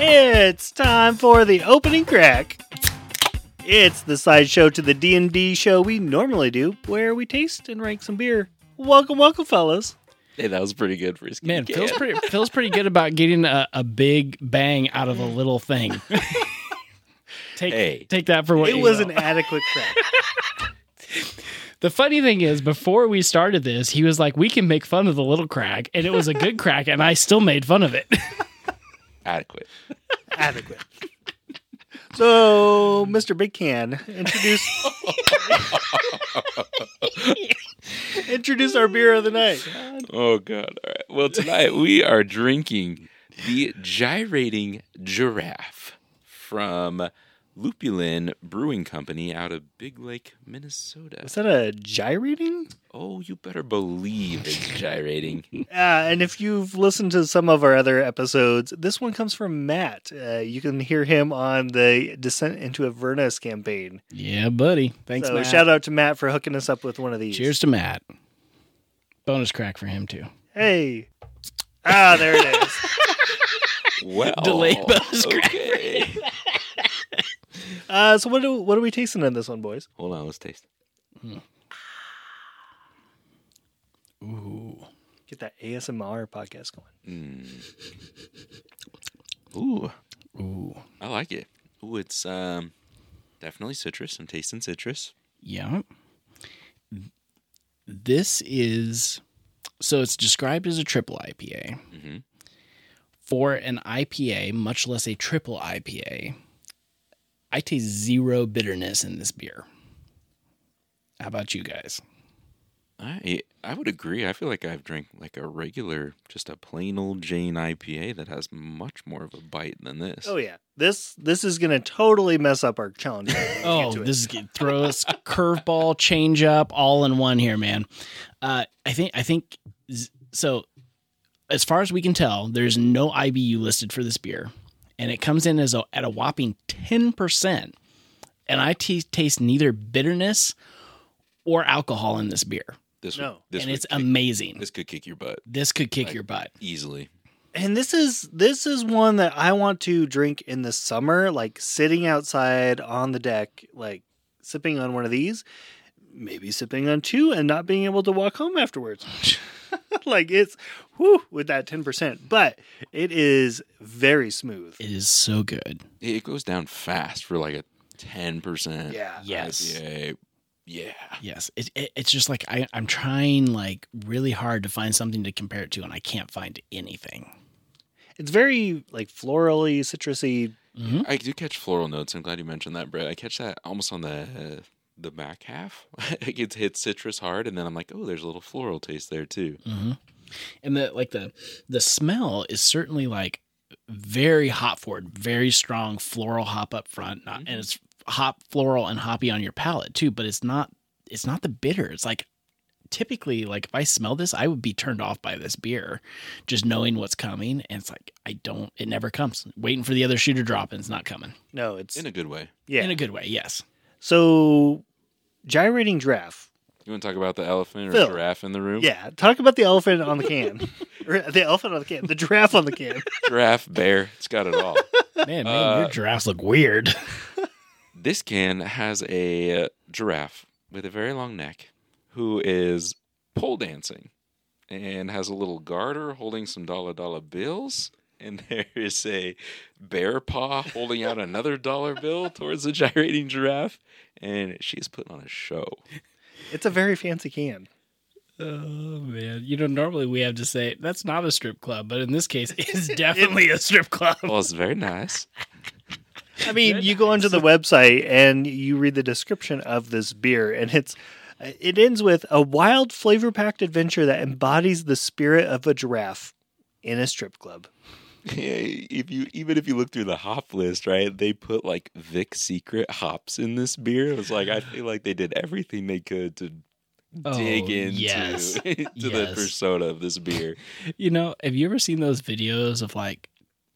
It's time for the opening crack. It's the sideshow to the D&D show we normally do, where we taste and rank some beer. Welcome, welcome, fellas. Hey, that was pretty good for his Man, feels pretty feels pretty good about getting a, a big bang out of a little thing. take Hey. take that for what It you was will. an adequate crack. The funny thing is, before we started this, he was like, "We can make fun of the little crack," and it was a good crack, and I still made fun of it. adequate. adequate. So, Mr. Big Can, introduce introduce our beer of the night. Oh god. All right. Well, tonight we are drinking the gyrating giraffe from Lupulin Brewing Company out of Big Lake, Minnesota. Is that a gyrating? Oh, you better believe it's gyrating. Uh, and if you've listened to some of our other episodes, this one comes from Matt. Uh, you can hear him on the Descent into Avernus campaign. yeah, buddy. so, shout out to Matt for hooking us up with one of these. Cheers to Matt. Bonus crack for him too. Hey. Ah, there it is. Well, Delayed bonus crack. okay. Uh, so, what, do, what are we tasting on this one, boys? Hold on, let's taste. Ooh, Get that ASMR podcast going. Mm. Ooh, ooh, I like it. Ooh, it's um definitely citrus. I'm tasting citrus. yeah. This is so it's described as a triple IPA. Mhm. for an IPA, much less a triple IPA, I taste zero bitterness in this beer. How about you guys? I I would agree. I feel like I've drank like a regular, just a plain old Jane IPA that has much more of a bite than this. Oh yeah, this this is gonna totally mess up our challenge. when we get Oh, to it. this is good. throw us curveball, change up, all in one here, man. Uh, I think I think z- so. As far as we can tell, there's no IBU listed for this beer, and it comes in as a, at a whopping ten percent. And I t- taste neither bitterness or alcohol in this beer, This No. would, this and would it's kick- amazing. This could kick your butt This could kick Like- your butt. easily. and this is this is one that I want to drink in the summer, like sitting outside on the deck, like sipping on one of these, maybe sipping on two, and not being able to walk home afterwards. like it's whew, with that ten percent, but it is very smooth. It is so good. It it goes down fast for like a ten percent. Yeah, Yes. IPA. Yeah. Yes. It, it, it's just like I, I'm trying like really hard to find something to compare it to, and I can't find anything. it's very like florally, citrusy. Mhm. I do catch floral notes. I'm glad you mentioned that, Brett. I catch that almost on the the back half. like it hits citrus hard, and then I'm like, oh, there's a little floral taste there too. Mhm. And the like the the smell is certainly like very hop forward, very strong floral hop up front, not, and it's hop floral and hoppy on your palate too. But it's not it's not the bitter. It's like typically like if I smell this, I would be turned off by this beer, just knowing what's coming. And it's like I don't. It never comes. Waiting for the other shoe to drop, and it's not coming No, it's In a good way. yeah. in a good way. Yes. so gyrating giraffe. You want to talk about the elephant or Phil. giraffe in the room? Yeah, talk about the elephant on the can. Or the elephant on the can. The giraffe on the can. Giraffe, bear. It's got it all. Man, man, your Uh, giraffes look weird. This can has a uh, giraffe with a very long neck who is pole dancing and has a little garter holding some dollar dollar bills. And there is a bear paw holding out another dollar bill towards the gyrating giraffe. And she's putting on a show. It's a very fancy can. Oh man, you know normally we have to say that's not a strip club, but in this case, it's definitely a strip club. Well, it's very nice. I mean, you go onto the website and you read the description of this beer, and it's it ends with a wild, flavor packed adventure that embodies the spirit of a giraffe in a strip club. if you even if you look through the hop list, right, they put like Vic Secret hops in this beer. It was like I feel like they did everything they could to dig into, Oh, yes. to the Yes. persona of this beer. You know, have you ever seen those videos of like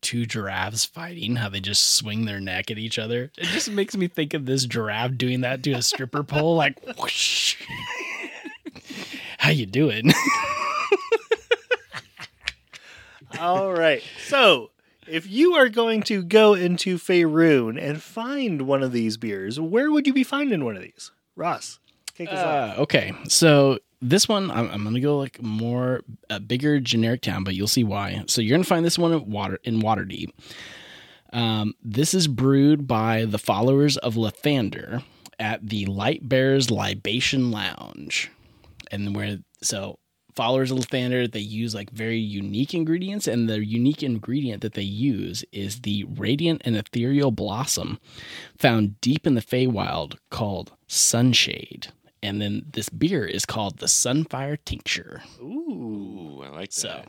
two giraffes fighting? How they just swing their neck at each other? It just makes me think of this giraffe doing that to a stripper pole, like whoosh. How you doing? All right. So, If you are going to go into Faerun and find one of these beers, where would you be finding one of these? Ross, take us off. Uh, okay, so this one I'm, I'm gonna go like more a bigger generic town, but you'll see why. So you're gonna find this one at water in Waterdeep. Um, this is brewed by the followers of Lathander at the Light Bearers Libation Lounge, and where so followers of Lathander they use like very unique ingredients, and the unique ingredient that they use is the radiant and ethereal blossom found deep in the Feywild called Sunshade. And then this beer is called the Sunfire Tincture. Uh, Ooh. Ooh, I like that. So,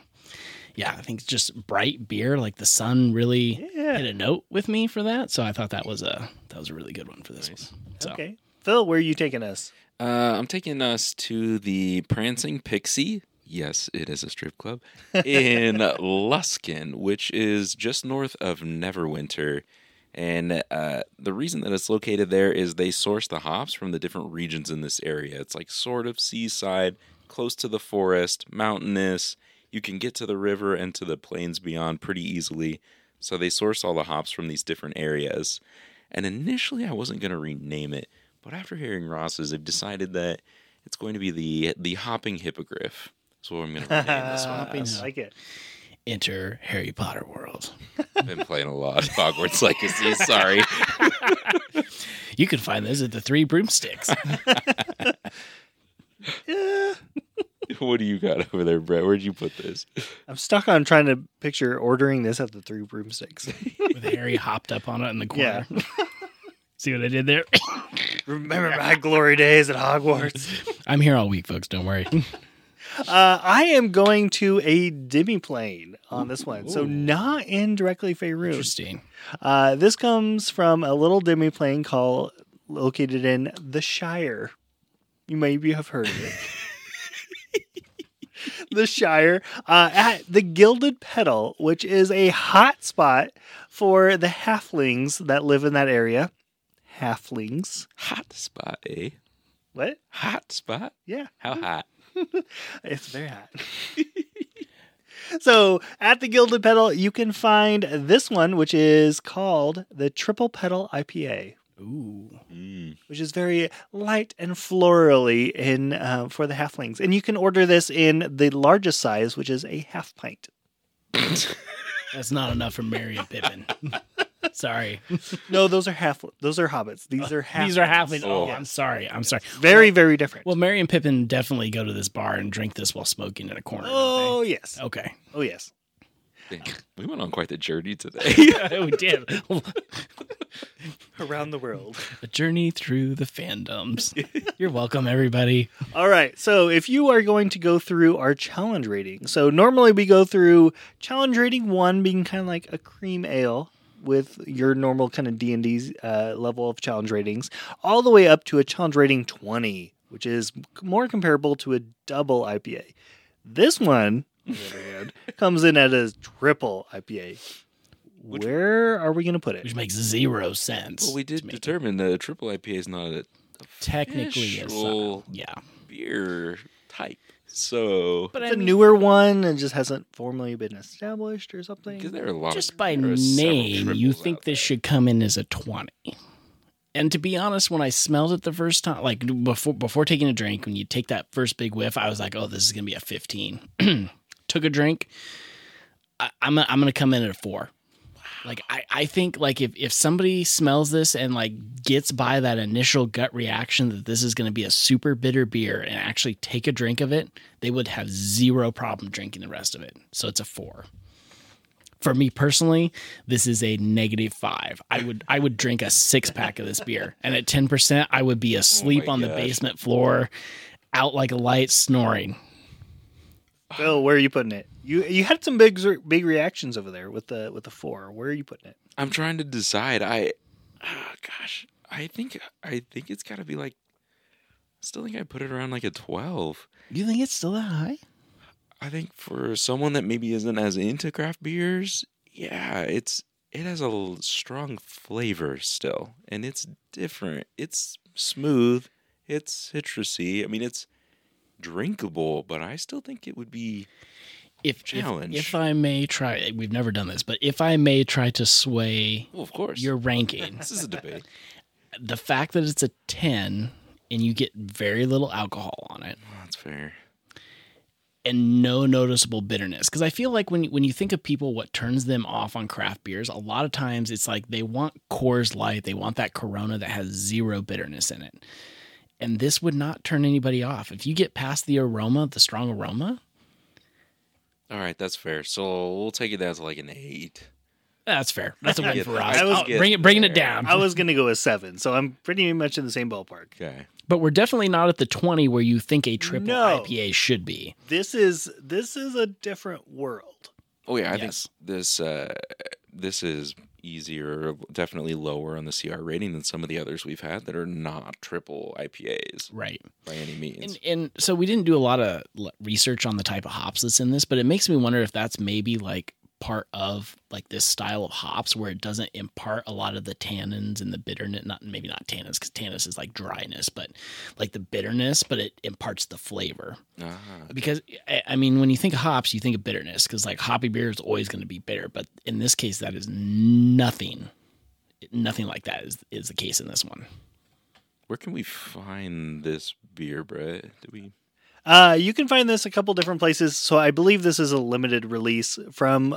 yeah, I think it's just bright beer. Like the sun really hit Yeah. a note with me for that. So I thought that was a that was a really good one for this Nice. one. So Okay. Phil, where are you taking us? Uh, I'm taking us to the Prancing Pixie. Yes, it is a strip club in Luskin, which is just north of Neverwinter. And uh, the reason that it's located there is they source the hops from the different regions in this area. It's like sort of seaside, close to the forest, mountainous. You can get to the river and to the plains beyond pretty easily. So they source all the hops from these different areas. And initially, I wasn't going to rename it, but after hearing Ross's, I've decided that it's going to be the the hopping hippogriff. So I'm going to rename this one. I as. like it. enter Harry Potter world. I've been playing a lot of Hogwarts Legacy. Sorry. You can find those at the Three Broomsticks. Yeah. what do you got over there, Brett? Where'd you put this? I'm stuck on trying to picture ordering this at the Three Broomsticks. with Harry hopped up on it in the corner. See what I did there? Remember my glory days at Hogwarts. I'm here all week, folks. Don't worry. Uh, I am going to a demiplane on this one, so Ooh. not in directly Faerun. Interesting. Uh, this comes from a little demiplane called located in the Shire. You maybe have heard of it. the Shire uh, at the Gilded Petal, which is a hot spot for the halflings that live in that area. Halflings, Hot spot, eh? what? Hot spot? Yeah. How hot? It's very hot. so at the Gilded Pedal, you can find this one, which is called the Triple Pedal IPA, Ooh. Mm. which is very light and florally in uh, for the halflings. And you can order this in the largest size, which is a half pint. That's not enough for Mary and Pippin. Sorry. No, those are half. Those are hobbits. These are half. These are halflings. Oh. Oh, I'm sorry. I'm sorry. Very, very different. Well, Mary and Pippin definitely go to this bar and drink this while smoking in a corner. oh yes. don't they? okay. Oh yes. Dang, We went on quite the journey today. we did. Around the world. a journey through the fandoms. You're welcome, everybody. All right. So if you are going to go through our challenge rating, so normally we go through challenge rating one being kind of like a cream ale with your normal kind of D and D uh, level of challenge ratings, all the way up to a challenge rating twenty, which is more comparable to a double IPA. This one, on the other hand, comes in at a triple IPA. Where are we going to put it? Which makes zero sense. well, we to did me. determine that a triple IPA is not a technically a official sub. Yeah. beer type. So, But It's a newer one and just hasn't formally been established or something. because there are a lot just of, by there are several name, you triples think out this there. should come in as a 20. And to be honest, when I smelled it the first time, like before before taking a drink, when you take that first big whiff, I was like, "Oh, this is gonna be a 15." Took a drink. I, I'm i I'm gonna come in at a four. Like I, I think like if, if somebody smells this and like gets by that initial gut reaction that this is gonna be a super bitter beer and actually take a drink of it, they would have zero problem drinking the rest of it. So it's a four for me personally, this is a negative five. I would I would drink a six pack of this beer, and at ten percent, I would be asleep my on the gosh. basement floor, out like a light, snoring. Phil, where are you putting it? You you had some big big reactions over there with the with the four. Where are you putting it? I'm trying to decide. I, ah, gosh, I think I think it's got to be like. I still think I put it around like a twelve. Do you think it's still that high? I think for someone that maybe isn't as into craft beers, yeah, it's it has a l- strong flavor still, and it's different. It's smooth. It's citrusy. I mean, it's drinkable, but I still think it would be if if- Challenge. If, I may try, we've never done this, but if I may try to sway Well, oh, of course. your ranking, this is a debate. the fact that it's a ten and you get very little alcohol on it That's fair. and no noticeable bitterness, because I feel like when when you think of people, what turns them off on craft beers, a lot of times it's like they want Coors Light, they want that Corona that has zero bitterness in it, and this would not turn anybody off. If you get past the aroma, the strong aroma, All right, that's fair. So we'll take it down to like an eight. that's fair. That's a I win get for that. us. I was Oh, bring it, bringing it there. down. I was gonna go with seven, so I'm pretty much in the same ballpark. Okay. But we're definitely not at the 20 where you think a triple No. IPA should be. This is this is a different world. Oh yeah, I Yes. think this uh, this is easier, definitely lower on the CR rating than some of the others we've had that are not triple IPAs Right. by any means. And, and so we didn't do a lot of l- research on the type of hops that's in this, but it makes me wonder if that's maybe like part of like this style of hops where it doesn't impart a lot of the tannins and the bitterness, not maybe not tannins because tannins is like dryness, but like the bitterness, but it imparts the flavor. ah, because I I mean, when you think of hops, you think of bitterness because like hoppy beer is always going to be bitter, but in this case, that is nothing, nothing like that is is the case in this one. where can we find this beer, Brett? Do we? Uh, you can find this a couple different places. So I believe this is a limited release from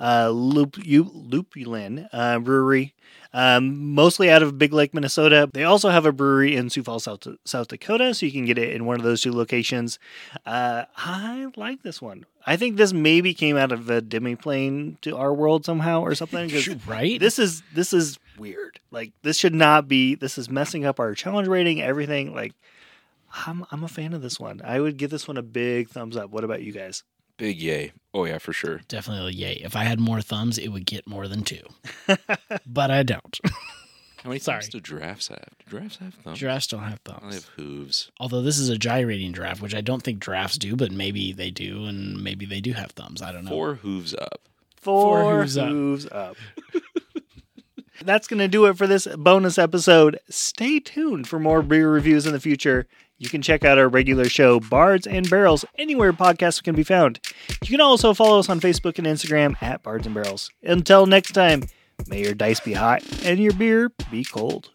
uh, Loop U, Lupulin uh, Brewery, um, mostly out of Big Lake, Minnesota. They also have a brewery in Sioux Falls, South, South Dakota, so you can get it in one of those two locations. Uh, I like this one. I think this maybe came out of a demiplane to our world somehow or something. 'cause Right? this is this is weird. Like this should not be. This is messing up our challenge rating. Everything. Like I'm I'm a fan of this one. I would give this one a big thumbs up. What about you guys? Big yay! Oh yeah, for sure. definitely yay. If I had more thumbs, it would get more than two, but I don't. How many Sorry. thumbs do giraffes have? Do giraffes have thumbs? Giraffes don't have I have thumbs. hooves. Although this is a gyrating giraffe, which I don't think giraffes do, but maybe they do, and maybe they do have thumbs. I don't know. Four hooves up. Four, hooves up. hooves up. That's going to do it for this bonus episode. Stay tuned for more beer reviews in the future. You can check out our regular show, Bards and Barrels, anywhere podcasts can be found. You can also follow us on Facebook and Instagram at Bards and Barrels. Until next time, may your dice be hot and your beer be cold.